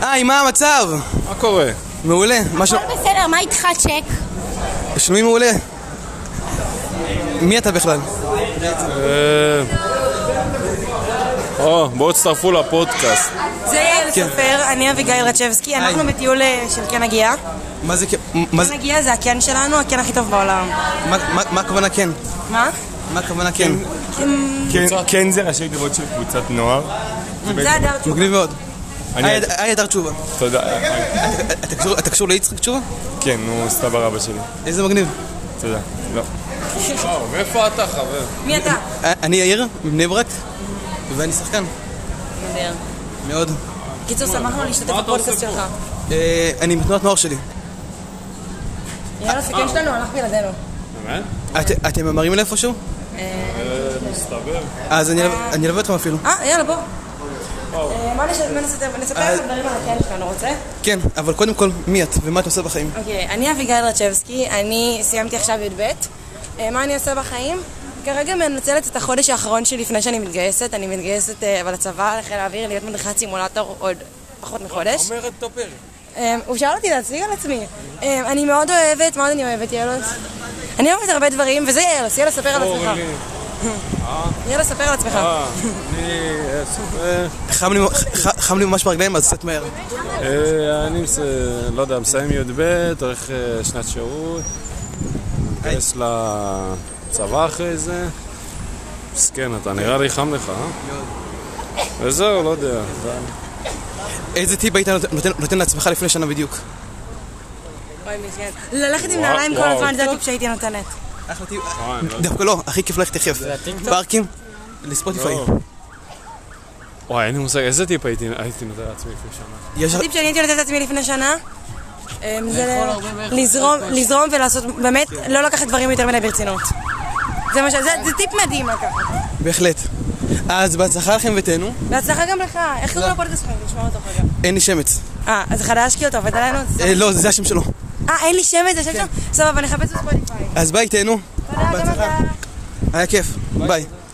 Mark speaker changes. Speaker 1: היי, מה המצב?
Speaker 2: מה קורה?
Speaker 1: מעולה, משהו...
Speaker 3: הכל בסדר, מה איתך צ'ק?
Speaker 1: שלומי מעולה. מי אתה בכלל?
Speaker 2: אה, או, בואו תצטרפו לפודקאסט.
Speaker 4: זה יעל סופר, אני אביגיל רצ'בסקי, אנחנו
Speaker 1: היי.
Speaker 4: בטיול אה, של קן הגיעה.
Speaker 1: מה זה כן? מה זה-
Speaker 4: קן הגיעה זה הקן שלנו, הקן הכי טוב בעולם.
Speaker 1: מה- מה- מה הכוונה כן?
Speaker 4: מה?
Speaker 1: מה הכוונה כן?
Speaker 5: כן זה ראשי תיבות של קבוצת נוער.
Speaker 4: זה הדר תשובה.
Speaker 1: מגניב מאוד.
Speaker 5: אני-
Speaker 1: היי, היי, אדר תשובה.
Speaker 5: תודה.
Speaker 1: אתה קשור- אתה קשור ליצחק תשובה?
Speaker 5: כן, הוא סבא רבא שלי.
Speaker 1: איזה מגניב.
Speaker 5: תודה. לא.
Speaker 2: וואו, מאיפה אתה, חבר?
Speaker 4: מי אתה?
Speaker 1: אה, אני יאיר, מבני ברק, ואני שחקן. מאוד.
Speaker 4: קיצור, שמחנו להשתתף בפודקאסט שלך.
Speaker 1: אה, אני מתנועת נוער שלי.
Speaker 4: יאללה, הסיכום שלנו הלך בלעדינו.
Speaker 1: את- אתם ממהרים אלי איפשהו? אז אני אלו- אני אלווה אתכם אפילו.
Speaker 4: אה, יאללה, בוא. אה, מה נש- מה נספר? נספר
Speaker 1: אה.
Speaker 4: על הדברים על הקן שלנו, רוצה?
Speaker 1: כן, אבל קודם כל, מי את ומה את עושה בחיים?
Speaker 4: אוקיי, אני אביגיל רצ'בסקי, אני סיימתי עכשיו י"ב. אה, מה אני עושה בחיים? כרגע מנצלת את החודש האחרון שלפני שאני מתגייסת. אני מתגייסת אה, לצבא, לחיל האוויר, להיות מדריכת סימולטור עוד פחות מחודש.
Speaker 2: אומרת תופר.
Speaker 4: אמ, הוא שאל אותי להציג על עצמי. אמ, אני מאוד אוהבת, מה עוד אני אוהבת, יאלוס? אני אוהבת הרבה דברים, וזה יאלוס, יאללה, ספר על
Speaker 2: אה,
Speaker 4: עצמך. יאללה, ספר על עצמך.
Speaker 2: אני... אה, סופר.
Speaker 1: חם לי- ח- חם לי ממש ברגליים, אז קצת מהר.
Speaker 2: אה, אני, מס- אה, לא יודע, מסיים י"ב, הולך אה, שנת שירות, מתגייס לצבא אחרי זה. מסכן אתה, נראה לי חם לך, אה? וזהו, לא יודע.
Speaker 1: איזה טיפ היית נותן- נותן- נותן לעצמך לפני שנה בדיוק?
Speaker 4: ללכת עם
Speaker 2: וואו,
Speaker 4: נעליים כל
Speaker 2: וואו.
Speaker 4: הזמן, זה הטיפ שהייתי נותנת.
Speaker 1: אחלה טיפ.
Speaker 2: וואי, אני לא יודע.
Speaker 1: דווקא לא, הכי כיף ללכת יחף. פארקים? לספוטיפיי.
Speaker 2: לא. וואי, אין לי מושג, איזה טיפ הייתי הייתי נותן לעצמי לפני שנה?
Speaker 1: יש-
Speaker 4: הטיפ שאני הייתי נותנת לעצמי לפני שנה, אמ, זה לזרום- לזרום ולעשות, באמת, לא לקחת דברים יותר מדי ברצינות. זה מה ש... זה זה טיפ מדהים לקחת.
Speaker 1: בהחלט. אז בהצלחה לכם ותהנו,
Speaker 4: בהצלחה גם לך. איך קוראים לפודקאסט שלך? נשמע אותו אחר כך.
Speaker 1: אין לי שמץ.
Speaker 4: אה, אז חדש כי אתה עובד עלינו?
Speaker 1: אה, לא, זה השם שלו.
Speaker 4: אה, אין לי שם את זה,
Speaker 2: כן.
Speaker 4: שם שם? סבבה, נחפש בספוטיפיי.
Speaker 1: אז ביי, תהנו.
Speaker 4: תודה, גם אתה.
Speaker 1: היה כיף. ביי.